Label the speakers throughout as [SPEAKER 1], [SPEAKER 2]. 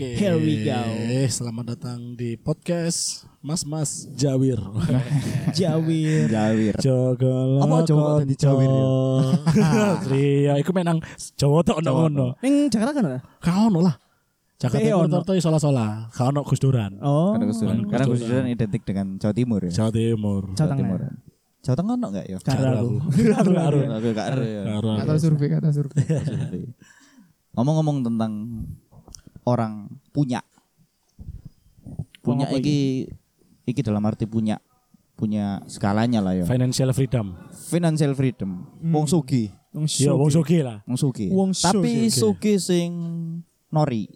[SPEAKER 1] Here we go.
[SPEAKER 2] Eh, selamat datang di podcast Mas Mas Jawir.
[SPEAKER 1] Jawir.
[SPEAKER 3] Jawir.
[SPEAKER 2] Jogolok
[SPEAKER 3] Apa Jawa tadi Jawir ya?
[SPEAKER 2] Iya, iku menang Jawa tok ono ono.
[SPEAKER 1] Ning Jakarta kan ada?
[SPEAKER 2] Ka ono lah. Jakarta
[SPEAKER 1] Eh,
[SPEAKER 2] iku
[SPEAKER 1] ono.
[SPEAKER 2] tertoi sola-sola, ka ono Gus Duran.
[SPEAKER 1] Oh.
[SPEAKER 3] Karena Gus Duran. Karena Gus Duran identik dengan Jawa Timur ya.
[SPEAKER 2] Jawa Timur.
[SPEAKER 1] Jawa Tengah.
[SPEAKER 3] Timur. ya. Jawa Tengah ono enggak ya?
[SPEAKER 2] Karo aku. Karo aku.
[SPEAKER 3] Aku gak ada ya.
[SPEAKER 2] Karo aku.
[SPEAKER 4] Kata survei, kata survei.
[SPEAKER 3] Ngomong-ngomong tentang orang punya. Punya
[SPEAKER 1] Ngomong apa
[SPEAKER 3] iki iki dalam arti punya punya skalanya lah ya.
[SPEAKER 2] Financial freedom.
[SPEAKER 3] Financial freedom. Wong sugih.
[SPEAKER 1] Wong
[SPEAKER 2] Yo Iya, wong sugih lah.
[SPEAKER 3] Wong sugih.
[SPEAKER 1] Wong
[SPEAKER 3] Tapi
[SPEAKER 2] sugih.
[SPEAKER 3] sugih sing nori.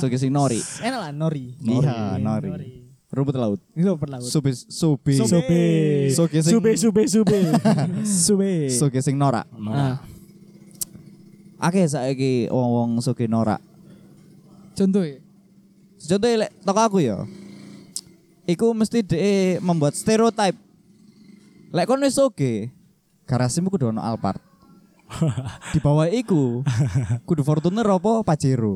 [SPEAKER 3] Sugih sing nori.
[SPEAKER 1] Enak lah nori.
[SPEAKER 3] Iya, nori. Rumput laut.
[SPEAKER 1] Ini lo perlawan.
[SPEAKER 3] Subi subi.
[SPEAKER 2] Sube.
[SPEAKER 3] Sugih sing-
[SPEAKER 2] Sube sube sube.
[SPEAKER 1] Sube.
[SPEAKER 3] Sugih sing norak.
[SPEAKER 1] Ah.
[SPEAKER 3] Akeh saiki wong-wong sugih norak.
[SPEAKER 4] Contoh ya.
[SPEAKER 3] Contohnya lek toko aku ya. Iku mesti de membuat stereotype. Lek kon wis oge, garasimu kudu ono Alphard. Di bawah iku kudu Fortuner apa Pajero.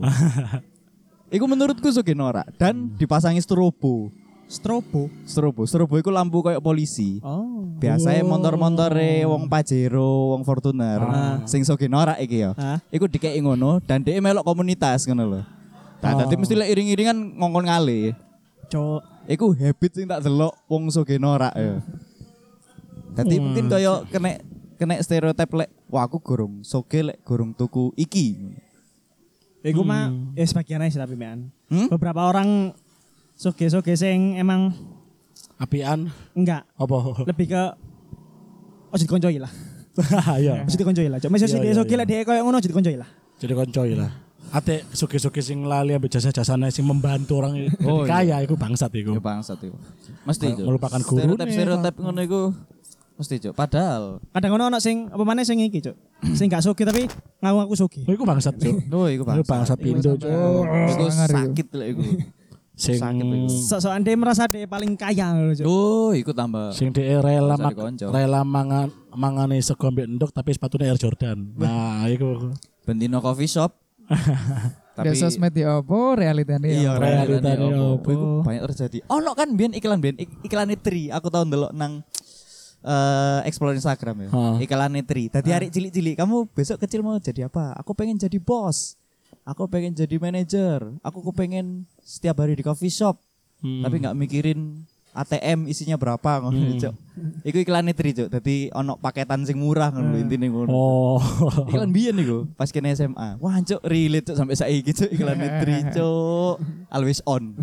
[SPEAKER 3] Iku menurutku suge norak dan dipasangi strobo.
[SPEAKER 1] Hmm. Strobo.
[SPEAKER 3] Strobo, strobo iku lampu kayak polisi.
[SPEAKER 1] Oh.
[SPEAKER 3] Biasanya
[SPEAKER 2] Oh.
[SPEAKER 3] motor-motor wong Pajero, wong Fortuner, sing soge norak iki ya.
[SPEAKER 1] Ah.
[SPEAKER 3] Iku dikeki ngono dan dhek melok komunitas ngono lho. Nah,
[SPEAKER 1] Oh.
[SPEAKER 3] dadi mesti lek iring-iringan ngongkon ngale.
[SPEAKER 1] Cok.
[SPEAKER 3] Iku habit sing tak delok wong soge norak ya. Dadi
[SPEAKER 1] Hmm.
[SPEAKER 3] mungkin kaya kena kena stereotip lek wah aku gorong soge lek gorong tuku iki.
[SPEAKER 1] Iku mah
[SPEAKER 2] Hmm.
[SPEAKER 1] ya sebagian aja sih tapi man.
[SPEAKER 3] Hmm?
[SPEAKER 1] Beberapa orang soge-soge sing emang
[SPEAKER 2] Apian
[SPEAKER 1] enggak
[SPEAKER 2] apa?
[SPEAKER 1] lebih ke ojo dikoncoi lah.
[SPEAKER 2] Ya.
[SPEAKER 1] Ojo dikoncoi lah. Cok masih
[SPEAKER 2] Iya,
[SPEAKER 1] soge
[SPEAKER 2] iya,
[SPEAKER 1] soge
[SPEAKER 2] iya.
[SPEAKER 1] lah dia koyo ngono ojo dikoncoi lah.
[SPEAKER 2] Jadi koncoi lah. Ate suki-suki sing lali ambek jasa-jasane sing membantu orang jadi
[SPEAKER 3] Oh,
[SPEAKER 2] kaya iku bangsat iku.
[SPEAKER 3] Ya bangsat iku. Mesti Cuk.
[SPEAKER 2] Melupakan gurune,
[SPEAKER 3] Stereotip-stereotip ngono iku mesti Cuk. Padahal
[SPEAKER 1] Kadang ngono ono sing apa maneh sing iki, Cuk. Sing enggak soge tapi ngaku-ngaku soge.
[SPEAKER 2] Oh, iku bangsat cuk.
[SPEAKER 3] Loh, iku
[SPEAKER 2] Iku
[SPEAKER 3] bangsat.
[SPEAKER 2] bangsat pindo cuk.
[SPEAKER 3] Iku
[SPEAKER 4] Sangar iku.
[SPEAKER 3] sakit lek iku.
[SPEAKER 2] Sing
[SPEAKER 3] Sakit iku.
[SPEAKER 1] Sok-sokan dia merasa dia paling kaya loh, Cuk.
[SPEAKER 3] Oh, iku tambah.
[SPEAKER 2] sing dhek e rela
[SPEAKER 3] Bisa
[SPEAKER 2] mak-
[SPEAKER 3] dikonco.
[SPEAKER 2] rela mangan mangane sego ambek endok tapi sepatune Air Jordan. Nah, iku
[SPEAKER 3] Bendino coffee shop.
[SPEAKER 4] Ada sosmed ya apa, realitanya ya
[SPEAKER 3] Iya,
[SPEAKER 4] apa.
[SPEAKER 2] realitanya
[SPEAKER 3] realitanya
[SPEAKER 2] apa.
[SPEAKER 3] apa? Iku banyak terjadi. Oh, no, kan biyen iklan biyen ik- iklan Tri, aku tahun delok nang eh explore Instagram ya.
[SPEAKER 2] Ha.
[SPEAKER 3] Iklan Tri. Tadi hari cilik-cilik, kamu besok kecil mau jadi apa? Aku pengen jadi bos. Aku pengen jadi manajer. Aku kepengen setiap hari di coffee shop. Tapi nggak mikirin ATM isinya berapa ngono Cuk. Iku iklan Tri, Cuk. Dadi ono paketan sing murah ngono lho, intine ngono.
[SPEAKER 2] oh.
[SPEAKER 3] Iklan biyen niku pas kene SMA. Wah, cuk relate cuk sampai saiki cuk iklan Nutri cuk. Always on.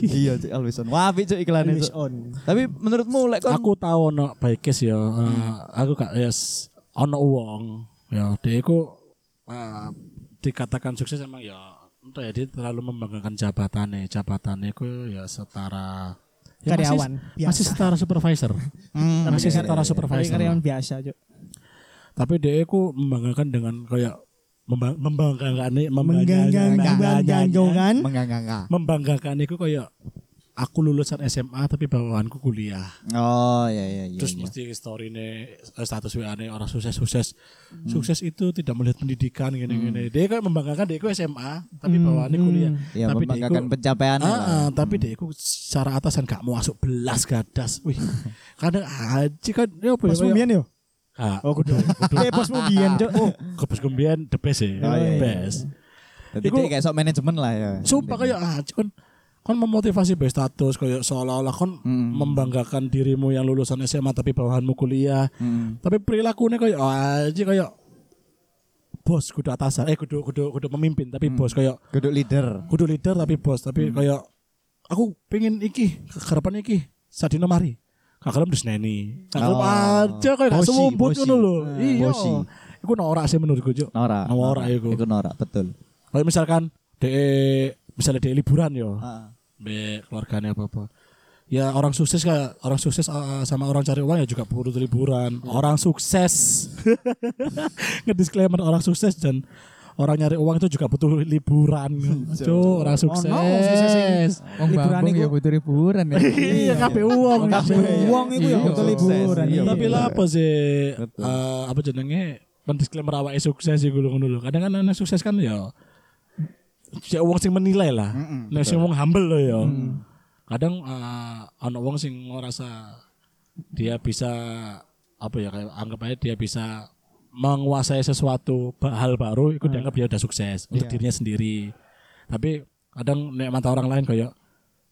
[SPEAKER 3] iya cuk always on. Wah, apik cuk iklan
[SPEAKER 1] Always
[SPEAKER 3] itu.
[SPEAKER 1] on.
[SPEAKER 3] Tapi menurutmu lek
[SPEAKER 1] Kan
[SPEAKER 3] kon
[SPEAKER 2] aku tahu ono baikes ya. eh,
[SPEAKER 1] Hmm.
[SPEAKER 2] aku gak yes ono wong ya dhek iku eh, dikatakan sukses emang ya entah ya dia terlalu membanggakan jabatannya jabatannya iku ya setara ya masih-
[SPEAKER 1] Karyawan biasa.
[SPEAKER 2] masih setara supervisor
[SPEAKER 3] Hmm,
[SPEAKER 2] masih setara
[SPEAKER 1] Tapi
[SPEAKER 2] supervisor
[SPEAKER 1] karyawan biasa, Cuk.
[SPEAKER 2] tapi dia ku membanggakan dengan kayak memba- membanggakan
[SPEAKER 1] Mengganggang, mengganggang.
[SPEAKER 3] menganganga.
[SPEAKER 2] membanggakan itu kayak aku lulusan SMA tapi bawaanku kuliah
[SPEAKER 3] Oh, iya iya iya.
[SPEAKER 2] terus
[SPEAKER 3] iya.
[SPEAKER 2] mesti story status WA nih orang sukses sukses
[SPEAKER 1] Hmm.
[SPEAKER 2] sukses itu tidak melihat pendidikan gini gini dia kayak membanggakan dia ku SMA tapi
[SPEAKER 1] Hmm.
[SPEAKER 2] bawaannya kuliah tapi dia
[SPEAKER 1] Iya,
[SPEAKER 3] ya
[SPEAKER 2] ku-
[SPEAKER 3] membanggakan pencapaian
[SPEAKER 2] Ah, ah, tapi dia ku secara atasan gak mau masuk belas gadas wih kadang aja kan ya apa ya,
[SPEAKER 1] Bosmu
[SPEAKER 2] kayak-
[SPEAKER 1] mbiyen yo.
[SPEAKER 2] Ah,
[SPEAKER 1] Oh, kudu. Eh, bosmu mbiyen, Cuk. Oh,
[SPEAKER 2] kebes kembian the best ya
[SPEAKER 3] Oh, iya, iya.
[SPEAKER 2] best
[SPEAKER 3] Jadi
[SPEAKER 2] Iku-
[SPEAKER 3] dia kayak sok manajemen lah ya.
[SPEAKER 2] Sumpah kayak ah kon kon memotivasi by status kayak seolah-olah kon membanggakan dirimu yang lulusan SMA tapi bawahanmu kuliah.
[SPEAKER 3] Hmm.
[SPEAKER 2] Tapi perilakunya kayak ah, aja kayak bos kudu atasan, eh kudu kudu kudu pemimpin tapi bos kayak
[SPEAKER 3] Kudu leader.
[SPEAKER 2] kudu leader tapi bos tapi kayak aku pengen iki harapan iki sadino mari kakalem disneni kakalem
[SPEAKER 3] Oh.
[SPEAKER 2] aja kayak gak
[SPEAKER 3] Bosi,
[SPEAKER 2] semumput
[SPEAKER 3] bosi.
[SPEAKER 2] ngono lho iya
[SPEAKER 3] Bosi.
[SPEAKER 2] iku norak sih menurutku cuk
[SPEAKER 3] Nora.
[SPEAKER 2] norak iku
[SPEAKER 3] Iku Nora, betul.
[SPEAKER 2] kalau misalkan de misalnya de liburan yo
[SPEAKER 3] Ah.
[SPEAKER 2] be keluarganya apa apa ya orang sukses kayak orang sukses uh, sama orang cari uang ya juga perlu liburan
[SPEAKER 3] Hmm.
[SPEAKER 2] orang sukses ngedisclaimer orang sukses dan orang nyari uang itu juga butuh liburan Cuk,
[SPEAKER 3] Oh,
[SPEAKER 2] orang sukses
[SPEAKER 1] Ono wong sukses
[SPEAKER 4] Wong
[SPEAKER 1] Liburan
[SPEAKER 4] bambung
[SPEAKER 1] iku.
[SPEAKER 4] ya butuh liburan ya.
[SPEAKER 2] iya kabeh uang
[SPEAKER 1] Wong iku ya
[SPEAKER 4] Iya,
[SPEAKER 1] butuh
[SPEAKER 3] sukses.
[SPEAKER 1] liburan.
[SPEAKER 3] Iya,
[SPEAKER 2] tapi
[SPEAKER 3] bener.
[SPEAKER 2] lah apa sih eh, apa jenenge pendisklaimer awake sukses sih gulung dulu kadang kan anak sukses kan ya ya wong sing menilai lah.
[SPEAKER 3] Mm-mm,
[SPEAKER 2] Nek sing wong humble loh ya. Kadang eh, ana wong sing ngerasa dia bisa apa ya kayak anggap aja dia bisa menguasai sesuatu ba- hal baru
[SPEAKER 1] Mm.
[SPEAKER 2] itu dianggap dia udah sukses
[SPEAKER 1] Iya.
[SPEAKER 2] untuk dirinya sendiri. Tapi kadang nek mata orang lain kayak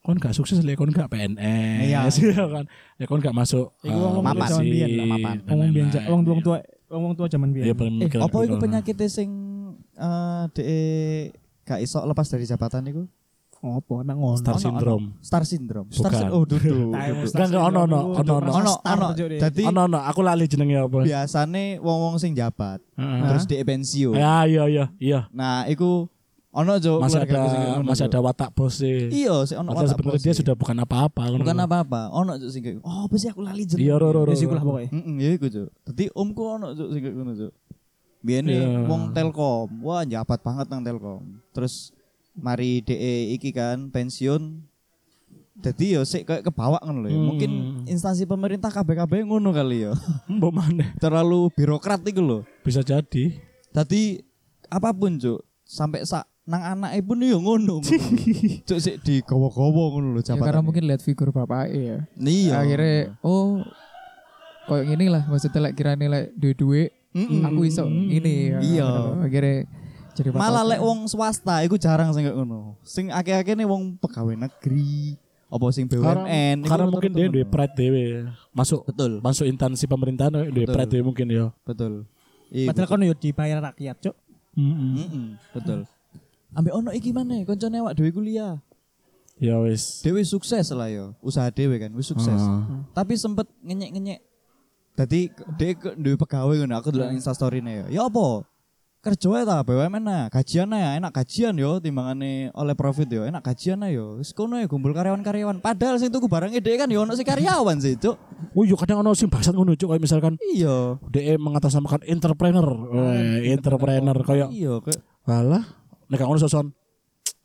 [SPEAKER 2] kon gak sukses lek kon gak PNS
[SPEAKER 1] Iya.
[SPEAKER 2] ya kan. Lek kon gak masuk eh,
[SPEAKER 1] Iku wong-wong
[SPEAKER 3] zaman
[SPEAKER 2] polisi,
[SPEAKER 1] biyen lah,
[SPEAKER 3] mapan.
[SPEAKER 2] dan
[SPEAKER 1] Wong biyen
[SPEAKER 2] lain-lain.
[SPEAKER 1] wong wong tua wong wong tua zaman
[SPEAKER 2] Iya,
[SPEAKER 1] biyen.
[SPEAKER 2] paling
[SPEAKER 3] Eh,
[SPEAKER 2] mikir
[SPEAKER 3] apa
[SPEAKER 2] aku
[SPEAKER 3] itu
[SPEAKER 2] kalau-
[SPEAKER 3] penyakitnya sing eh de gak iso lepas dari jabatan itu?
[SPEAKER 1] Opo nang ngono.
[SPEAKER 2] Star syndrome.
[SPEAKER 3] Star syndrome. Star
[SPEAKER 2] Bukan.
[SPEAKER 3] syndrome. Oh, dudu.
[SPEAKER 1] Tai wong
[SPEAKER 3] dudu.
[SPEAKER 1] star
[SPEAKER 2] Enggak, enggak, ono, ono,
[SPEAKER 1] syndrome,
[SPEAKER 2] ono,
[SPEAKER 1] dudu
[SPEAKER 2] ono.
[SPEAKER 1] rasa
[SPEAKER 3] Ono,
[SPEAKER 1] star
[SPEAKER 3] ono.
[SPEAKER 1] tuh, Dek.
[SPEAKER 3] Jadi
[SPEAKER 2] Oh, no, no, aku lali jenenge apa.
[SPEAKER 1] Iya.
[SPEAKER 3] biasane wong-wong sing jabat,
[SPEAKER 2] Heeh.
[SPEAKER 3] terus di pensiun.
[SPEAKER 2] Ya, iya, iya, iya.
[SPEAKER 3] Nah, iku ono jo
[SPEAKER 2] Masih
[SPEAKER 3] keluarga
[SPEAKER 2] ada
[SPEAKER 3] aku sing kayak ngono,
[SPEAKER 2] masih
[SPEAKER 3] Jo.
[SPEAKER 2] ada watak bos sih.
[SPEAKER 3] Iya, sih ono
[SPEAKER 2] Padahal
[SPEAKER 3] watak
[SPEAKER 2] sebenarnya
[SPEAKER 3] bos
[SPEAKER 2] dia
[SPEAKER 3] sih.
[SPEAKER 2] sudah bukan apa-apa. ngono.
[SPEAKER 3] bukan apa-apa. Ono jo sing kayak, "Oh, apa sih aku lali jeneng."
[SPEAKER 2] Iya, ro, ro, ro.
[SPEAKER 1] Ya, sikulah pokoknya.
[SPEAKER 3] Heeh, ya iku jo. Dadi omku ono jo sing kayak ngono jo. Biyene
[SPEAKER 2] Iya.
[SPEAKER 3] wong Telkom, wah jabat banget nang Telkom. Terus mari DE iki kan pensiun. Jadi yo sik kayak kebawa ngono lho. ya.
[SPEAKER 2] Hmm.
[SPEAKER 3] Mungkin instansi pemerintah kabeh-kabeh ngono kali ya.
[SPEAKER 2] Mbok maneh.
[SPEAKER 3] Terlalu birokrat iku lho.
[SPEAKER 2] Bisa jadi.
[SPEAKER 3] Tadi apapun cuk sampai sak nang anake pun yo ngono. cuk sik digowo-gowo ngono lho
[SPEAKER 4] Ya,
[SPEAKER 3] jabatannya.
[SPEAKER 4] karena mungkin lihat figur bapak ya.
[SPEAKER 3] iya.
[SPEAKER 4] Akhirnya oh koyo gini lah maksudnya lek kira nilai duit-duit
[SPEAKER 3] Mm-mm.
[SPEAKER 4] aku iso ini ya.
[SPEAKER 3] Iya.
[SPEAKER 4] Akhirnya jadi bapak.
[SPEAKER 3] Malah lek wong swasta iku jarang sing kayak ngono. Sing akeh-akeh nih wong pegawai negeri apa sing BUMN iku
[SPEAKER 2] Karena
[SPEAKER 3] rata-rata
[SPEAKER 2] mungkin dia
[SPEAKER 3] ngono.
[SPEAKER 2] duwe pride dhewe. Masuk
[SPEAKER 3] betul
[SPEAKER 2] masuk intansi pemerintahan eh, duwe
[SPEAKER 3] Betul.
[SPEAKER 2] pride dhewe mungkin ya.
[SPEAKER 3] betul. Iya.
[SPEAKER 1] Padahal kan yo dibayar rakyat, Cuk.
[SPEAKER 2] Heeh.
[SPEAKER 3] Mm-mm, betul. Ambek ono iki maneh koncone awak dhewe kuliah.
[SPEAKER 2] Ya wis.
[SPEAKER 3] Dewi sukses lah yo, usaha dewi kan, wis sukses.
[SPEAKER 2] Heeh.
[SPEAKER 3] Tapi sempet ngenyek-nyenyek. Tadi dewi dewi pegawai kan, aku dulu insta story yo. Ya apa? Kerja ae ta BUMN nah, e, gajian ya, enak gajian yo timbangane oleh profit yo, enak gajian ae yo. Wis kono ya kumpul karyawan-karyawan. Padahal sing tuku barangnya dewi kan yo ono si karyawan sih, Cuk.
[SPEAKER 2] Oh, iya kadang ono sing bahasan ngono cuk kayak misalkan
[SPEAKER 3] Iya.
[SPEAKER 2] DE mengatasnamakan entrepreneur. Weh, entrepreneur kayak
[SPEAKER 3] Iya, kayak
[SPEAKER 2] Walah, nek gak ngono soson.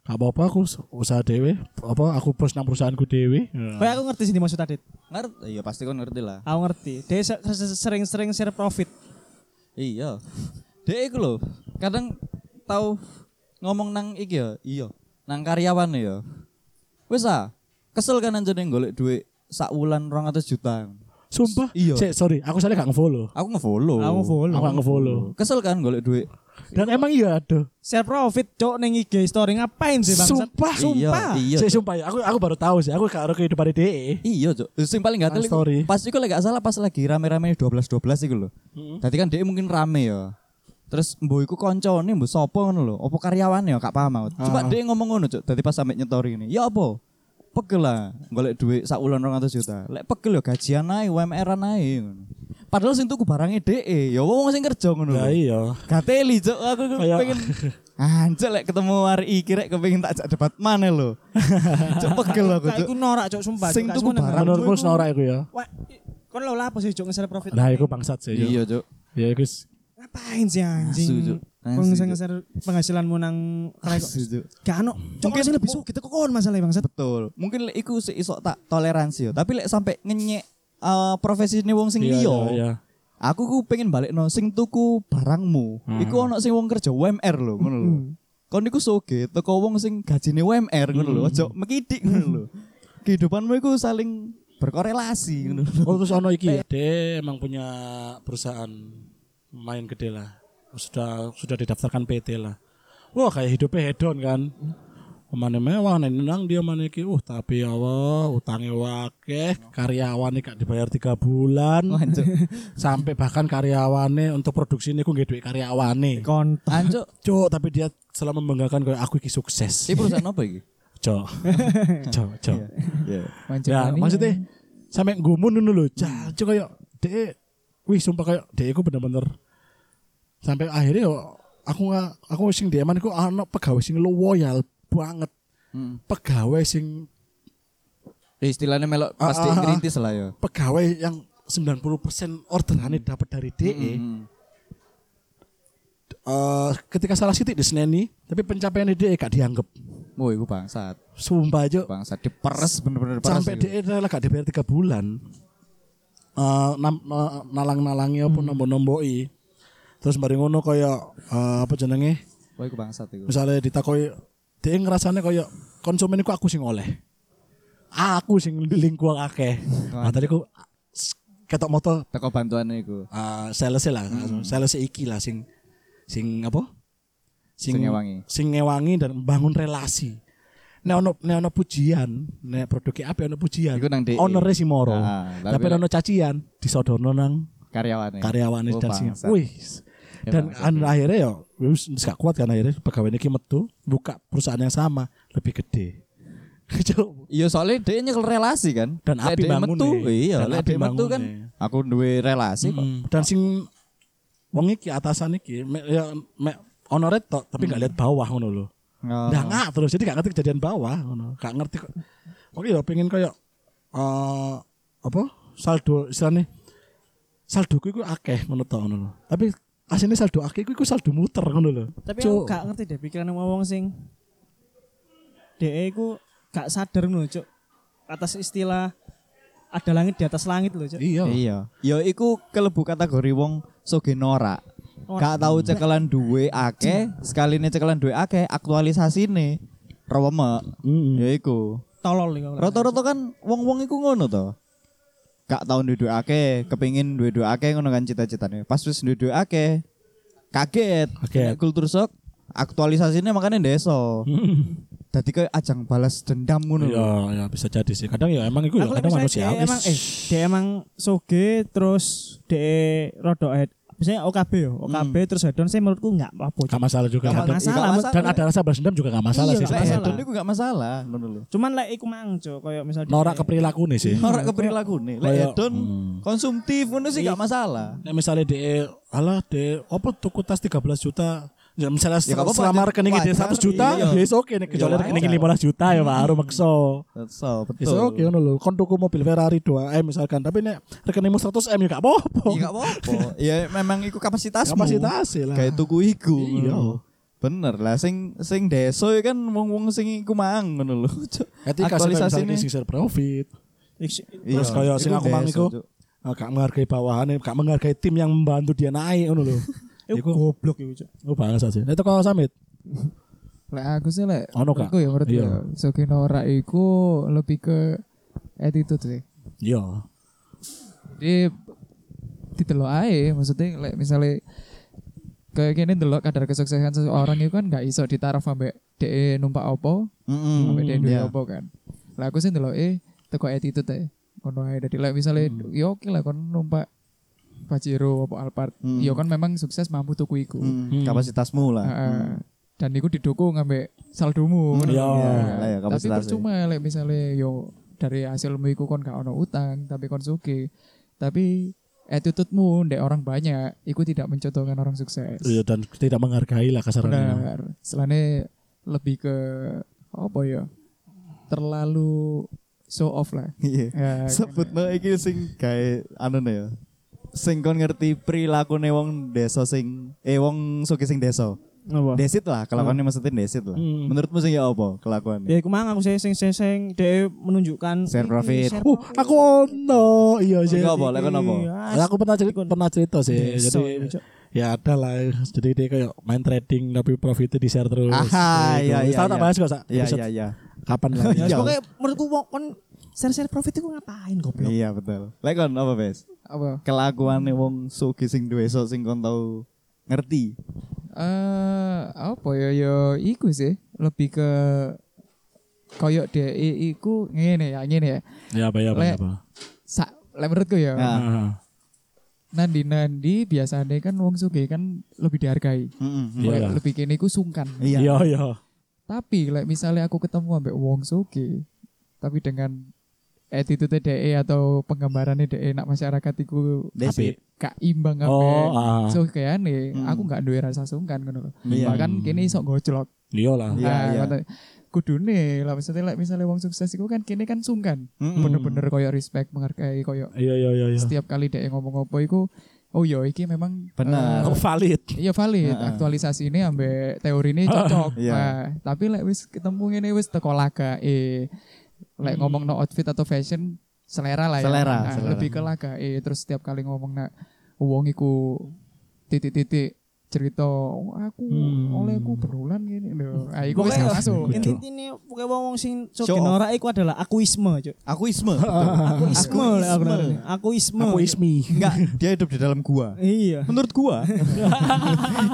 [SPEAKER 2] Gak apa-apa aku usaha dhewe, apa aku bos nang perusahaanku dhewe.
[SPEAKER 3] Iya.
[SPEAKER 1] Kayak aku ngerti sih maksud tadi.
[SPEAKER 3] ngerti, ya pasti kon ngerti lah.
[SPEAKER 1] Aku ngerti. Dia se- se- sering-sering share profit.
[SPEAKER 3] Iya. Dek iku lho, kadang tau ngomong nang iki ya, iya, nang karyawan ya. Wis ah, kesel kan anjene golek duit sak wulan 200 juta.
[SPEAKER 2] Sumpah.
[SPEAKER 3] Iya.
[SPEAKER 2] Cek, sorry, aku soalnya gak ngefollow.
[SPEAKER 3] Aku ngefollow.
[SPEAKER 1] Aku follow.
[SPEAKER 2] Aku gak ngefollow.
[SPEAKER 3] Kesel kan golek duit.
[SPEAKER 2] Dan emang iya aduh.
[SPEAKER 1] Share profit, Cuk, ning IG story ngapain sih, Bang?
[SPEAKER 2] Sumpah.
[SPEAKER 1] Sumpah.
[SPEAKER 3] Iya,
[SPEAKER 2] Cek,
[SPEAKER 3] iya.
[SPEAKER 2] sumpah ya. Aku aku baru tahu sih. Aku gak ada kehidupan E. DE.
[SPEAKER 3] Iya, Cuk. Sing paling gatel
[SPEAKER 2] Nang
[SPEAKER 3] iku,
[SPEAKER 2] story.
[SPEAKER 3] pas iku lek gak salah pas lagi rame-rame 12 12 iku lho. Dadi kan dek mungkin rame ya. Terus mbok iku koncone mbok sapa ngono lho. Apa karyawane ya gak paham aku. Cuma dek ngomong ngono, Cuk. Dadi pas sampe nyetori ini. Ya apa? Pegel lah, golek duit sak wulan 200 juta. Lek pegel ya gajian naik, UMR-an naik ngono. Padahal sing tuku barangnya dek, ya wong sing kerja ngono
[SPEAKER 2] Ya
[SPEAKER 3] lho.
[SPEAKER 2] iya.
[SPEAKER 3] Gateli cok aku ku
[SPEAKER 2] Kayak-
[SPEAKER 3] pengen Anjir lek ketemu hari iki rek kepengin tak ajak debat mana lho. Cok pegel aku
[SPEAKER 1] Kak,
[SPEAKER 3] cok.
[SPEAKER 1] iku norak, Cuk, sumpah. Cuk,
[SPEAKER 3] Sing
[SPEAKER 1] gak
[SPEAKER 3] tuku
[SPEAKER 1] seneng,
[SPEAKER 3] barang.
[SPEAKER 1] Bang.
[SPEAKER 2] Menurutku senora iku ya.
[SPEAKER 1] Wah, i- kon lho lapo sih, Cuk, nge-share profit.
[SPEAKER 2] Nah, iku bangsat sih.
[SPEAKER 3] Iya, Cuk.
[SPEAKER 2] Ya guys.
[SPEAKER 1] Ngapain sih
[SPEAKER 3] Asu,
[SPEAKER 1] anjing?
[SPEAKER 3] Cuk. Asu,
[SPEAKER 1] Wong
[SPEAKER 3] Cuk.
[SPEAKER 1] sing nge-share penghasilanmu nang kerek kok.
[SPEAKER 3] Asu, Cuk.
[SPEAKER 1] Gak ono. Cuk,
[SPEAKER 3] Mungkin-
[SPEAKER 1] sing lebih suka kita kon masalahnya, Bang.
[SPEAKER 3] Betul. Mungkin lek iku sik iso tak toleransi yo, tapi lek sampai ngenyek eh profesi wong sing
[SPEAKER 2] Iya,
[SPEAKER 3] liya.
[SPEAKER 2] iya, iya.
[SPEAKER 3] Aku ku pengen balikno sing tuku barangmu.
[SPEAKER 2] Hmm.
[SPEAKER 3] Iku ono sing wong kerja UMR lho, ngono lho. Kon iku soge teko wong sing gajine UMR ngono
[SPEAKER 2] Hmm.
[SPEAKER 3] lho, ojo mekidik ngono lho. Kehidupanmu iku saling berkorelasi ngono. lho.
[SPEAKER 2] Oh terus ono iki ya. Dia emang punya perusahaan main gede lah. Sudah sudah didaftarkan PT lah. Wah kayak hidupnya hedon kan. Mana mewah nih nang dia mana iki. Uh tapi ya wah utangnya wakeh. Karyawannya gak dibayar tiga bulan.
[SPEAKER 3] Anjuk.
[SPEAKER 2] Sampai bahkan karyawannya untuk produksi ini aku nggak duit karyawannya.
[SPEAKER 1] Kon
[SPEAKER 3] Anjuk.
[SPEAKER 2] Cok tapi dia selalu membanggakan kayak aku iki sukses.
[SPEAKER 3] Iki perusahaan apa iki?
[SPEAKER 2] Cok. Cok. Cok.
[SPEAKER 3] Iya.
[SPEAKER 4] Mancing
[SPEAKER 2] Ya,
[SPEAKER 4] mania.
[SPEAKER 2] maksudnya
[SPEAKER 3] gitu.
[SPEAKER 2] sampai gumun dulu loh. Jancuk kayak dek wih sumpah kayak dek aku bener-bener sampai akhirnya yo, aku nggak aku sing dieman aku anak pegawai sing loyal banget.
[SPEAKER 3] Hmm.
[SPEAKER 2] Pegawai sing
[SPEAKER 3] Eh, Istilahnya melok
[SPEAKER 2] Ah,
[SPEAKER 3] pasti
[SPEAKER 2] ah, ah.
[SPEAKER 3] ngerintis lah yo.
[SPEAKER 2] pegawai yang 90% orderannya dapat dari DE.
[SPEAKER 3] Hmm.
[SPEAKER 2] Eh, ketika salah sitik diseneni, tapi pencapaian DE gak dianggap.
[SPEAKER 3] Woi, iku bangsat.
[SPEAKER 2] Sumpah aja
[SPEAKER 3] Bangsat diperes bener-bener diperes.
[SPEAKER 2] sampai
[SPEAKER 3] iku.
[SPEAKER 2] DE rela gak dibayar 3 bulan. Eh, nam- eh, nalang-nalangi apa nombok-nomboi. Terus mari ngono kaya eh, apa jenenge?
[SPEAKER 3] Woi, iku bangsat iku.
[SPEAKER 2] Misalnya ditakoi E dia ngerasanya kayak konsumen itu aku sing oleh aku sing lingkuang akeh nah, tadi aku s- ketok motor
[SPEAKER 3] Teko bantuan iku.
[SPEAKER 2] uh, sales lah
[SPEAKER 3] Hmm.
[SPEAKER 2] sales iki lah sing sing apa sing,
[SPEAKER 3] Sing ngewangi.
[SPEAKER 2] sing ngewangi dan membangun relasi nek ono nek ono pujian nek produknya apa ono pujian
[SPEAKER 3] Iku nang DE.
[SPEAKER 2] ownernya si moro
[SPEAKER 3] Ah,
[SPEAKER 2] tapi
[SPEAKER 3] tapi-
[SPEAKER 2] nek ono cacian disodono nang
[SPEAKER 3] Karyawane.
[SPEAKER 2] karyawane
[SPEAKER 3] Oh,
[SPEAKER 2] dan sing
[SPEAKER 3] bangsat.
[SPEAKER 2] wih dan an- akhirnya ya wis wis gak kuat kan akhirnya pegawai ini metu buka perusahaan yang sama lebih gede Cuk.
[SPEAKER 3] Iya soalnya dia nyekel relasi kan.
[SPEAKER 2] Dan
[SPEAKER 3] Lek
[SPEAKER 2] api
[SPEAKER 3] dia
[SPEAKER 2] bangun
[SPEAKER 3] metu,
[SPEAKER 2] nih.
[SPEAKER 3] Iya,
[SPEAKER 2] Dan
[SPEAKER 3] lek
[SPEAKER 2] api
[SPEAKER 3] dia metu
[SPEAKER 2] bangun
[SPEAKER 3] kan
[SPEAKER 2] nih.
[SPEAKER 3] aku duwe relasi
[SPEAKER 1] Iya
[SPEAKER 3] kok.
[SPEAKER 2] Mm, dan sing wong iki atasan iki me, ya me, honoret tok tapi
[SPEAKER 1] Hmm.
[SPEAKER 2] gak lihat bawah ngono lho.
[SPEAKER 3] Oh.
[SPEAKER 1] Ah.
[SPEAKER 2] Nah, nggak terus jadi gak ngerti kejadian bawah ngono. Gak ngerti kok. Oke ya pengen kayak eh apa? Saldo istilahnya saldo ku iku akeh ngono tok ngono lho. Tapi aslinya saldo akeh ku iku saldo muter ngono lho.
[SPEAKER 1] Tapi
[SPEAKER 2] Cuk.
[SPEAKER 1] aku gak ngerti deh pikiran ngomong sing DE ku gak sadar ngono, Cuk. Atas istilah ada langit di atas langit loh, Cuk.
[SPEAKER 2] Iya.
[SPEAKER 3] Iya. Ya iku kelebu kategori wong soge norak. Gak tahu cekelan duwe akeh, sekaline cekelan duwe akeh, aktualisasine rewemek.
[SPEAKER 2] Mm-mm.
[SPEAKER 1] Iya.
[SPEAKER 3] Ya iku.
[SPEAKER 1] Tolol iku.
[SPEAKER 3] Rata-rata kan wong-wong iku ngono to. Gak tau duwe duwe akeh, kepengin duwe duwe akeh ngono kan cita-citane. Pas wis duwe duwe akeh, kaget.
[SPEAKER 2] Kaget.
[SPEAKER 3] Kultur shock, aktualisasinya makanya deso. Dadi kayak ajang balas dendam ngono lho.
[SPEAKER 2] Hmm. Iya, ya bisa jadi sih. Kadang ya emang iku ya
[SPEAKER 1] Aku lek
[SPEAKER 2] kadang manusia
[SPEAKER 1] misalnya DE emang eh DE emang soge terus DE rada head. Misalnya OKB yo,
[SPEAKER 2] Hmm.
[SPEAKER 1] OKB terus head on saya menurutku gak apa-apa. Cuk.
[SPEAKER 2] Gak masalah juga.
[SPEAKER 1] Gak
[SPEAKER 2] Kadang-
[SPEAKER 1] masalah,
[SPEAKER 3] Gak
[SPEAKER 2] Dan ada rasa balas dendam juga gak masalah sih.
[SPEAKER 1] Iya, gak
[SPEAKER 3] Lek
[SPEAKER 2] sebenarnya.
[SPEAKER 1] masalah.
[SPEAKER 3] hedon iku gak masalah ngono lho.
[SPEAKER 1] Cuman lek iku mang, Cuk, koyo misal DE
[SPEAKER 2] Norak keperilakune
[SPEAKER 1] Iya.
[SPEAKER 2] sih.
[SPEAKER 3] Ora keperilakune. Lek
[SPEAKER 2] Kayak-
[SPEAKER 3] hedon
[SPEAKER 2] Hmm.
[SPEAKER 3] konsumtif ngono sih gak masalah.
[SPEAKER 2] Nah, misalnya DE, alah DE, apa tuku tas 13 juta? Ya, misalnya
[SPEAKER 3] Ya, gak apa-apa,
[SPEAKER 2] selama
[SPEAKER 3] wajar-
[SPEAKER 2] rekening DE 100 juta,
[SPEAKER 3] wajar, iya.
[SPEAKER 2] ya is oke. nih. Kecuali
[SPEAKER 3] Iya,
[SPEAKER 2] rekening
[SPEAKER 3] wajar.
[SPEAKER 2] 15 juta ya Pak, harus makso.
[SPEAKER 3] So,
[SPEAKER 2] Is
[SPEAKER 3] betul.
[SPEAKER 2] oke ngono lho. Kon tuku mobil Ferrari 2M misalkan, tapi nek rekeningmu 100M ya gak apa-apa.
[SPEAKER 3] Ya gak apa-apa. ya memang iku kapasitasmu.
[SPEAKER 2] Kapasitas lah.
[SPEAKER 3] Kayak tuku iku.
[SPEAKER 2] Iya.
[SPEAKER 3] Bener lah sing sing deso ya kan wong-wong sing iku mang ngono lho.
[SPEAKER 2] Ketika
[SPEAKER 3] Aktualisasi
[SPEAKER 2] sing share profit. Terus
[SPEAKER 3] Iya,
[SPEAKER 2] kayak
[SPEAKER 3] iku
[SPEAKER 2] sing aku mang
[SPEAKER 3] deso,
[SPEAKER 2] iku,
[SPEAKER 3] Cuk.
[SPEAKER 2] eh, gak menghargai bawahannya, gak menghargai tim yang membantu dia naik ngono lho.
[SPEAKER 1] Iku
[SPEAKER 2] Iku
[SPEAKER 1] goblok iku, Cuk.
[SPEAKER 2] oh bangsa sih. Nek teko Samit,
[SPEAKER 4] Lek aku sih lek
[SPEAKER 2] Ono, Kak?
[SPEAKER 4] aku ya menurut
[SPEAKER 2] Iya.
[SPEAKER 4] ya, Sogi Nora iku lebih ke attitude sih.
[SPEAKER 2] iya.
[SPEAKER 3] Oh,
[SPEAKER 4] Jadi ditelok ae maksudnya lek misalnya kayak gini delok kadar kesuksesan seseorang itu kan gak iso ditaruh ambek DE numpak opo,
[SPEAKER 3] Mm-mm.
[SPEAKER 4] ambek DE duwe
[SPEAKER 3] Iya.
[SPEAKER 4] opo kan. Lah aku sih ndelok e teko attitude ae. Kono ae dadi lek misalnya
[SPEAKER 3] Hmm.
[SPEAKER 4] yo oke lah kon numpak Pajero opo Alphard.
[SPEAKER 3] Hmm.
[SPEAKER 4] Yo kan memang sukses mampu tuku iku.
[SPEAKER 3] Mm, kapasitasmu lah.
[SPEAKER 4] Heeh. Dan iku didukung ambek saldomu.
[SPEAKER 3] Hmm,
[SPEAKER 4] ngono.
[SPEAKER 2] iya.
[SPEAKER 3] Lah ya,
[SPEAKER 4] Nah, tapi
[SPEAKER 3] kapasitasnya.
[SPEAKER 4] percuma lek misale yo dari hasilmu iku kon gak ono utang tapi kon sugih. Tapi attitude-mu ndek orang banyak iku tidak mencontohkan orang sukses.
[SPEAKER 2] Iya dan tidak menghargai lah kasarannya.
[SPEAKER 4] Benar. Selainnya lebih ke apa ya? Terlalu show off lah.
[SPEAKER 3] Iya.
[SPEAKER 4] Ya,
[SPEAKER 3] Sebutno iki sing gawe anu ne ya. Sing kon ngerti prilakune wong desa sing eh wong soge sing desa.
[SPEAKER 1] Napa?
[SPEAKER 3] Desit lah kelakuannya
[SPEAKER 2] Hmm.
[SPEAKER 3] maksudnya desit lah. Menurutmu sing ya apa kelakuannya?
[SPEAKER 1] Ya iku mang aku sing sing sing- sing DE menunjukkan
[SPEAKER 3] Share
[SPEAKER 1] iki,
[SPEAKER 3] profit.
[SPEAKER 1] share
[SPEAKER 2] Uh, aku ono, iya sih.
[SPEAKER 3] Enggak ya apa, lek kon apa?
[SPEAKER 2] ya.
[SPEAKER 1] Iya,
[SPEAKER 2] Aku pernah cerita, pernah cerita sih.
[SPEAKER 1] Deso,
[SPEAKER 2] jadi
[SPEAKER 1] Cuk.
[SPEAKER 2] ya ada lah. Jadi dia kayak main trading tapi profitnya di share terus.
[SPEAKER 3] Aha,
[SPEAKER 2] Gitu.
[SPEAKER 3] iya, iya,
[SPEAKER 2] Tahu tak
[SPEAKER 3] iya.
[SPEAKER 2] bahas kok sak.
[SPEAKER 3] Iya
[SPEAKER 2] episode
[SPEAKER 3] iya iya.
[SPEAKER 2] Kapan lah?
[SPEAKER 3] Iya.
[SPEAKER 1] Ya, pokoknya menurutku wong kon share-share profit itu ngapain goblok.
[SPEAKER 3] Iya betul. Lek kon apa bes?
[SPEAKER 4] Apa?
[SPEAKER 3] Kelakuannya wong soge sing desa sing kon tau ngerti.
[SPEAKER 4] Eh, apa ya ya iku sih lebih ke koyok DE iku ngene ya ngene ya.
[SPEAKER 2] Ya apa ya apa. ya,
[SPEAKER 4] Lek.
[SPEAKER 2] apa.
[SPEAKER 4] Sa, lek menurutku ya.
[SPEAKER 3] Nah.
[SPEAKER 2] Ah,
[SPEAKER 4] Nandi-nandi biasanya kan wong sugih kan lebih dihargai.
[SPEAKER 3] Heeh.
[SPEAKER 2] Iya.
[SPEAKER 4] Kayak lebih kene iku sungkan.
[SPEAKER 3] Iya.
[SPEAKER 2] Iya iya.
[SPEAKER 4] Tapi lek misalnya aku ketemu ambek wong sugih tapi dengan attitude DE atau penggambarannya DE nak masyarakat iku
[SPEAKER 3] Desit.
[SPEAKER 4] gak imbang ambek
[SPEAKER 2] Oh, ah.
[SPEAKER 4] so kayane
[SPEAKER 3] Hmm.
[SPEAKER 4] aku gak duwe rasa sungkan ngono lho.
[SPEAKER 3] Iya.
[SPEAKER 4] Bahkan kene iso gojlok.
[SPEAKER 2] Iya lah.
[SPEAKER 3] Iya,
[SPEAKER 4] Nah,
[SPEAKER 3] iya.
[SPEAKER 4] ngoten. Kudune lah misalnya lek misalnya wong sukses iku kan kene kan sungkan.
[SPEAKER 3] Mm-mm.
[SPEAKER 4] Bener-bener koyo respect menghargai koyo
[SPEAKER 2] Iya iya iya. iya.
[SPEAKER 4] setiap kali DE ngomong apa iku oh yo iki memang
[SPEAKER 3] Benar.
[SPEAKER 4] eh,
[SPEAKER 2] Oh, valid.
[SPEAKER 4] Iya valid,
[SPEAKER 3] Heeh.
[SPEAKER 4] aktualisasi ini ambek teori ini cocok.
[SPEAKER 3] Iya.
[SPEAKER 4] Nah, tapi lek wis ketemu ngene wis teko laga e. Lek ngomong no outfit atau fashion selera lah ya.
[SPEAKER 3] Hmm. Selera,
[SPEAKER 4] Nah,
[SPEAKER 3] selera.
[SPEAKER 4] Lebih ke laga e terus setiap kali ngomong nak wong iku titik-titik cerita "Oh, aku
[SPEAKER 2] Hmm.
[SPEAKER 4] olehku berulan gini lho. Ah iku wis
[SPEAKER 1] Pokoknya
[SPEAKER 4] gak masuk.
[SPEAKER 1] gitu.
[SPEAKER 2] Betul.
[SPEAKER 1] Intinya pokoknya wong sing
[SPEAKER 3] Show
[SPEAKER 1] sugih
[SPEAKER 3] off.
[SPEAKER 1] norak iku adalah akuisme, Cuk.
[SPEAKER 3] Akuisme.
[SPEAKER 1] Akuisme lek aku ngarani. Akuisme.
[SPEAKER 2] Aku
[SPEAKER 1] Cuk.
[SPEAKER 2] ismi.
[SPEAKER 3] Enggak, dia hidup di dalam gua.
[SPEAKER 1] Iya.
[SPEAKER 3] Menurut gua.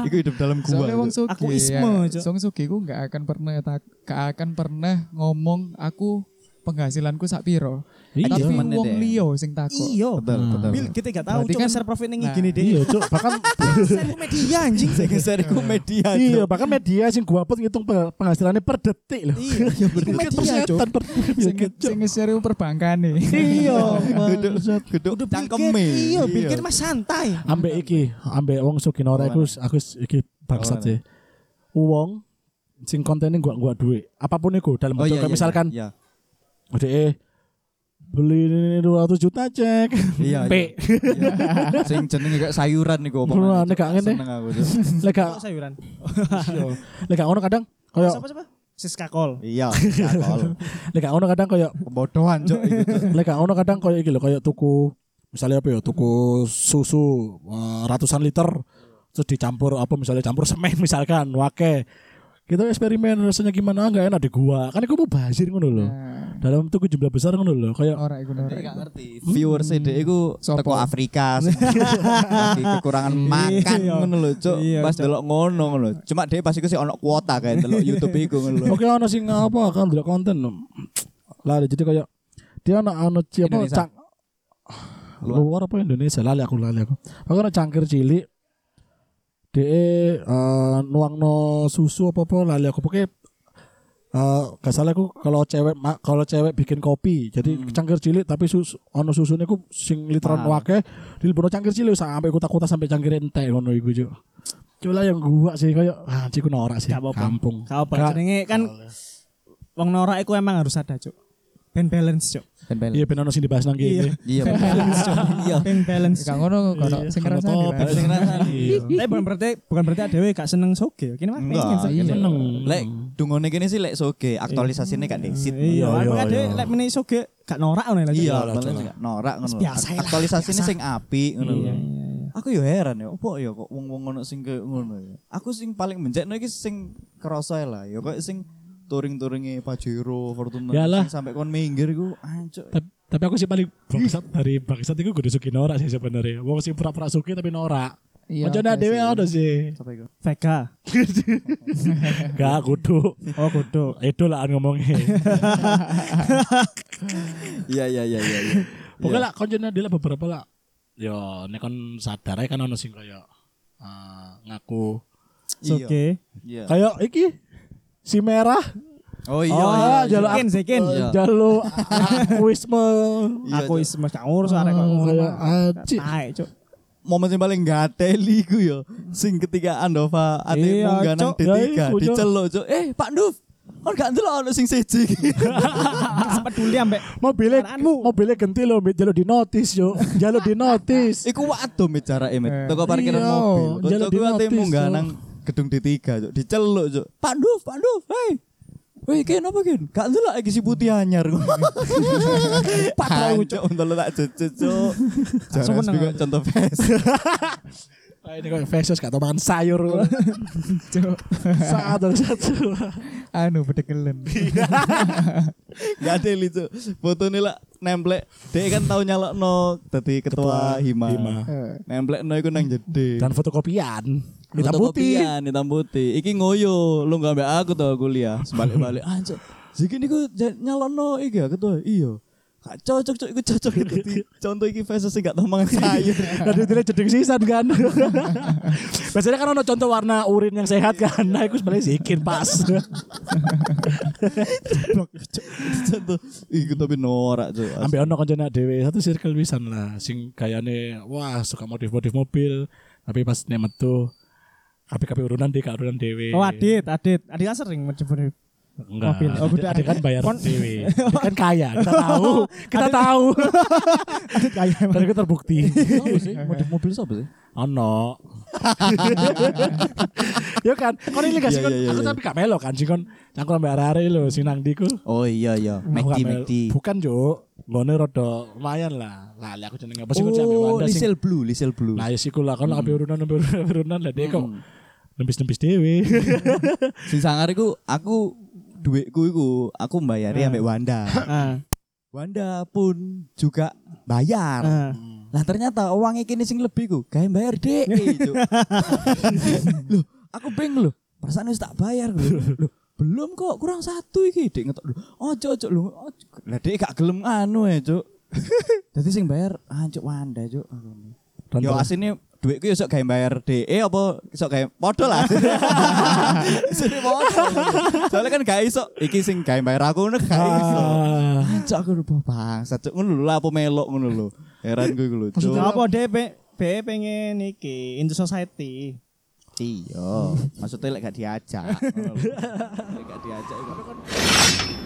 [SPEAKER 3] Iku hidup dalam gua.
[SPEAKER 4] Soalnya wong
[SPEAKER 3] Cuk.
[SPEAKER 4] sugi. iya.
[SPEAKER 1] Aku isme, Cuk.
[SPEAKER 4] Wong sugi ku gak akan pernah tak gak akan pernah ngomong aku penghasilanku sak piro.
[SPEAKER 2] Iya.
[SPEAKER 4] Tapi
[SPEAKER 3] Cuman
[SPEAKER 4] wong
[SPEAKER 3] ede.
[SPEAKER 4] liya sing takok.
[SPEAKER 1] Iya.
[SPEAKER 3] Betul, betul.
[SPEAKER 1] Bil kita gak tahu
[SPEAKER 4] Berarti
[SPEAKER 1] cuma
[SPEAKER 4] kan-
[SPEAKER 1] share profit ning
[SPEAKER 4] Nah.
[SPEAKER 1] gini deh.
[SPEAKER 2] Iya, Cuk. Bahkan
[SPEAKER 1] Share media anjing.
[SPEAKER 3] Geser iku media. Cuk.
[SPEAKER 2] iya, bahkan media sing gua upload ngitung pe- penghasilannya per detik loh.
[SPEAKER 1] Iya,
[SPEAKER 2] Itu
[SPEAKER 1] media, Cuk.
[SPEAKER 2] persetan per
[SPEAKER 4] Sing
[SPEAKER 2] detik. Cuk.
[SPEAKER 4] sing share perbankan e. nih.
[SPEAKER 2] Iya,
[SPEAKER 3] Kudu
[SPEAKER 2] maksud.
[SPEAKER 3] kudu
[SPEAKER 1] Bill
[SPEAKER 3] cangkeme.
[SPEAKER 1] Gates, Iya, Bill Gates mah santai.
[SPEAKER 2] ambek iki, ambek wong sugih ora aku aku iki bangsat sih. Wong sing kontennya gua gua duit. Apapun itu dalam
[SPEAKER 3] Oh
[SPEAKER 2] bentuk
[SPEAKER 3] iya,
[SPEAKER 2] kayak
[SPEAKER 3] iya,
[SPEAKER 2] misalkan
[SPEAKER 3] iya.
[SPEAKER 2] DE beli ini 200 juta cek.
[SPEAKER 3] Iya,
[SPEAKER 2] P.
[SPEAKER 3] iya. Sing jenenge kayak sayuran niku
[SPEAKER 2] Wah,
[SPEAKER 3] omongan.
[SPEAKER 2] nek gak ngene.
[SPEAKER 3] Seneng aku. Cuk.
[SPEAKER 2] Lek gak
[SPEAKER 1] Kok sayuran.
[SPEAKER 2] lek gak ono kadang koyo
[SPEAKER 1] Siapa siapa? Siska Kol.
[SPEAKER 3] Iya, cakol.
[SPEAKER 2] lek gak ono kadang koyo
[SPEAKER 3] Pembodohan, Cuk. iku, Cuk.
[SPEAKER 2] lek gak ono kadang koyo iki lho koyo tuku misalnya apa ya tuku susu eh, ratusan liter terus dicampur apa misalnya campur semen misalkan wake kita eksperimen rasanya gimana enggak enak di gua kan aku mau bazir ngono lho dalam tuku jumlah besar ngono lho koyo
[SPEAKER 4] Ora iku ora. iku.
[SPEAKER 3] ngerti. Viewer CD iku
[SPEAKER 4] Sopo?
[SPEAKER 3] teko Afrika. sing- lagi kekurangan makan
[SPEAKER 1] Iya.
[SPEAKER 3] ngono lho, Cuk.
[SPEAKER 1] Iya,
[SPEAKER 3] Pas
[SPEAKER 1] Cuk.
[SPEAKER 3] delok ngono ngono lho. Cuma dia pas iku sih ono kuota kayak delok YouTube iku ngono lho.
[SPEAKER 2] oke ono sing apa kan ndelok konten lah jadi koyo dia ono ono siapa
[SPEAKER 3] Indonesia.
[SPEAKER 2] cang luar. apa Indonesia lali aku lali aku aku ono cangkir cilik de nuangno susu apa apa lali aku pokoknya eh gak salah aku kalau cewek ma- kalau cewek bikin kopi jadi
[SPEAKER 1] Hmm.
[SPEAKER 2] cangkir cilik tapi susu ono susunya aku sing literan
[SPEAKER 3] Mahal.
[SPEAKER 2] wake di cangkir cilik sampai kota-kota sampai cangkir ente ngono iku cuk Cula yang gua sih kayak ah ciku norak sih
[SPEAKER 1] Gak apa-apa.
[SPEAKER 2] kampung.
[SPEAKER 1] Gak apa
[SPEAKER 2] Gak-
[SPEAKER 1] jenenge kan wong norak iku emang harus ada, Cuk. Band balance, Cuk.
[SPEAKER 2] Iya ben ono sing dibahas nang kene.
[SPEAKER 1] Iya.
[SPEAKER 3] Iya.
[SPEAKER 1] Band balance, Cuk. Band balance.
[SPEAKER 4] Gak ngono kok ono sing
[SPEAKER 2] iya. Ono
[SPEAKER 4] ngrasani.
[SPEAKER 2] topik.
[SPEAKER 4] Ra.
[SPEAKER 3] Sing ngrasani.
[SPEAKER 2] Iya.
[SPEAKER 1] Tapi bukan berarti bukan berarti adewe gak seneng soge. Kini mah
[SPEAKER 3] Enggak,
[SPEAKER 1] pengen soge.
[SPEAKER 3] iya.
[SPEAKER 2] Seneng.
[SPEAKER 3] Lek dungone kene sih lek soge, aktualisasine gak
[SPEAKER 1] Iya,
[SPEAKER 3] diksit.
[SPEAKER 2] Iya,
[SPEAKER 1] makanya
[SPEAKER 2] iya,
[SPEAKER 1] adewe
[SPEAKER 2] iya.
[SPEAKER 1] lek meneh soge gak norak ngono lho. Cuk.
[SPEAKER 3] Iya, malah juga norak ngono. lho.
[SPEAKER 1] Biasa lah,
[SPEAKER 3] Aktualisasine
[SPEAKER 1] biasa.
[SPEAKER 3] sing apik ngono lho.
[SPEAKER 1] Iya, iya, iya.
[SPEAKER 3] Aku yo heran ya, opo ya kok wong-wong ngono sing kayak ngono ya. Aku sing paling benjekno iki sing kerasa lah ya kok sing touring-touringe Pajero, Fortuner
[SPEAKER 2] Yalah.
[SPEAKER 3] sing sampe kon minggir iku ancuk.
[SPEAKER 2] Ta- Tapi aku sih paling bangsat dari bangsat itu gue suki norak sih sebenarnya. Wong sing pura-pura suki tapi norak.
[SPEAKER 4] Iya,
[SPEAKER 2] Macam ada
[SPEAKER 4] oke
[SPEAKER 2] dewe
[SPEAKER 4] sih.
[SPEAKER 2] ada sih.
[SPEAKER 3] Apa iku?
[SPEAKER 1] Vega.
[SPEAKER 2] Gak kudu.
[SPEAKER 1] Oh, kudu.
[SPEAKER 2] Edo lah ngomongnya.
[SPEAKER 3] Iya, iya, iya, iya. iya.
[SPEAKER 2] Pokoknya lah konjone ada lah beberapa lah. Yo, nek kon sadar ae kan ono sing kaya eh, ngaku.
[SPEAKER 1] Soge.
[SPEAKER 3] Iya.
[SPEAKER 2] Kayak iki si merah.
[SPEAKER 3] Oh iya,
[SPEAKER 2] Oh,
[SPEAKER 3] iya.
[SPEAKER 2] jalur
[SPEAKER 1] Zekin, Zekin.
[SPEAKER 3] Iya.
[SPEAKER 2] jalur akuisme.
[SPEAKER 3] Iya,
[SPEAKER 1] Aku
[SPEAKER 3] Cuk.
[SPEAKER 1] wis mesti ngurus arek kok ngono.
[SPEAKER 2] Kayak
[SPEAKER 1] mah.
[SPEAKER 2] anjir.
[SPEAKER 1] Taek, Cuk.
[SPEAKER 3] Momen sing paling gateli ku yo. Sing ketika Andova ate
[SPEAKER 1] Iya,
[SPEAKER 3] munggah nang
[SPEAKER 1] Cuk.
[SPEAKER 3] D3
[SPEAKER 2] Ya, iku, Cuk.
[SPEAKER 3] diceluk, Cuk. Eh, Pak Nduf, kon gak ndelok ono sing siji iki.
[SPEAKER 1] Gak peduli ambek
[SPEAKER 2] Mobilnya,
[SPEAKER 1] Kendaraanmu.
[SPEAKER 2] mobilnya genti loh, jalur di notis yo, jalur di notis.
[SPEAKER 3] Iku wadom e jarake met. Toko parkiran
[SPEAKER 2] Iya,
[SPEAKER 3] mobil.
[SPEAKER 2] jalan
[SPEAKER 3] Kancaku ate
[SPEAKER 2] dinotis,
[SPEAKER 3] munggah
[SPEAKER 2] Cuk.
[SPEAKER 3] nang gedung D3, Cuk. Diceluk, Cuk. Pak Nduf, Pak Nduf, hei. Wih, kayak apa kan? Gak ndelok iki si putih anyar. Patrol Cuk, ndelok tak jejet, Cuk. Jangan
[SPEAKER 1] seneng,
[SPEAKER 3] sebut
[SPEAKER 1] Cuk.
[SPEAKER 3] contoh fes.
[SPEAKER 2] Ah, ini kok fesus gak tau makan sayur.
[SPEAKER 4] Cuk.
[SPEAKER 2] Satu satu.
[SPEAKER 4] Anu bedekelen.
[SPEAKER 3] Gak ada itu Fotonya lah nemplek Dia kan tau nyalokno Tadi ketua, Hima,
[SPEAKER 2] Hima.
[SPEAKER 4] Eh.
[SPEAKER 3] Nemplek no iku nang jede
[SPEAKER 2] Dan fotokopian. Hitam putih.
[SPEAKER 3] Fotokopian, Hitam putih Iki ngoyo Lu gak ambil aku tau kuliah Sebalik-balik Anjir Jadi niku ja- nyalokno Iki ya ketua Iya Gak cocok cok Iku cocok itu di Contoh iki versus sing gak tau mangan sayur
[SPEAKER 2] Dan detailnya jeding sisan kan. Biasanya kan ada contoh warna urin yang sehat kan. Nah, itu sebenarnya zikin pas.
[SPEAKER 3] Contoh Iku tapi norak cok
[SPEAKER 2] Ambil ono koncona dewe satu circle wisan lah. Sing gayane wah suka modif-modif mobil. Tapi pas nek metu kabeh-kabeh urunan di urunan dewe.
[SPEAKER 1] Oh, Adit, Adit. Adit kan sering mencebur.
[SPEAKER 2] Enggak.
[SPEAKER 1] Oh, Mobil. Oh, budak.
[SPEAKER 2] Adek kan bayar
[SPEAKER 1] Kon-
[SPEAKER 2] dewe. Adek kan kaya, kita tahu. Kita tahu.
[SPEAKER 1] Adit kaya
[SPEAKER 2] Dan
[SPEAKER 1] emang.
[SPEAKER 2] kita terbukti.
[SPEAKER 3] Sopo sih? Mobil mobil sopo sih?
[SPEAKER 2] Ono. ya kan, kon ini gak sih kon,
[SPEAKER 3] Iya, iya, iya,
[SPEAKER 2] aku
[SPEAKER 3] iya.
[SPEAKER 2] tapi gak melo kan sih kon. Aku sampe arek-arek lho sing nang diku.
[SPEAKER 3] Oh iya iya,
[SPEAKER 2] Aku gak
[SPEAKER 3] Mekdi
[SPEAKER 2] melo.
[SPEAKER 3] Mekdi.
[SPEAKER 2] Bukan, Juk. Ngone rada lumayan lah. Lali aku jenenge apa sih kon sampe
[SPEAKER 3] Oh,
[SPEAKER 2] wanda sing.
[SPEAKER 3] Lisel Hmm. Blue, Lisel Blue.
[SPEAKER 2] Nah, ya sik lah kon ape urunan ape urunan ape urunan lah dek kok.
[SPEAKER 3] Hmm.
[SPEAKER 2] Nempis-nempis dewe.
[SPEAKER 3] Sing sangar iku aku duitku iku aku mbayari ambek Wanda.
[SPEAKER 1] Ah,
[SPEAKER 3] Wanda pun juga bayar.
[SPEAKER 1] ah.
[SPEAKER 3] Lah ternyata uangnya kini sing lebih ku, gawe bayar dek. Cuk. Loh, aku bingung loh. Perasaan wis tak bayar lho. Loh, belum kok kurang satu iki dek ngetok lho. Ojo ojo lho. ojo. Lah dek gak gelem anu ya, Cuk. Dadi sing bayar anjuk Wanda, Cuk. Yo asine duitku yo sok gawe bayar DE apa sok gawe padha lah. Sini padha. Soalnya kan gak iso iki sing gawe bayar aku ngono gak iso.
[SPEAKER 2] Ah.
[SPEAKER 3] Cok aku lupa bangsat cok ngono lho lah, apa melok ngono lho. Heran gue lho cok.
[SPEAKER 1] Maksudnya apa deh pe be pengen iki into society.
[SPEAKER 3] Iya. Maksudnya lek gak diajak. ngono lho. Lek gak diajak. iku.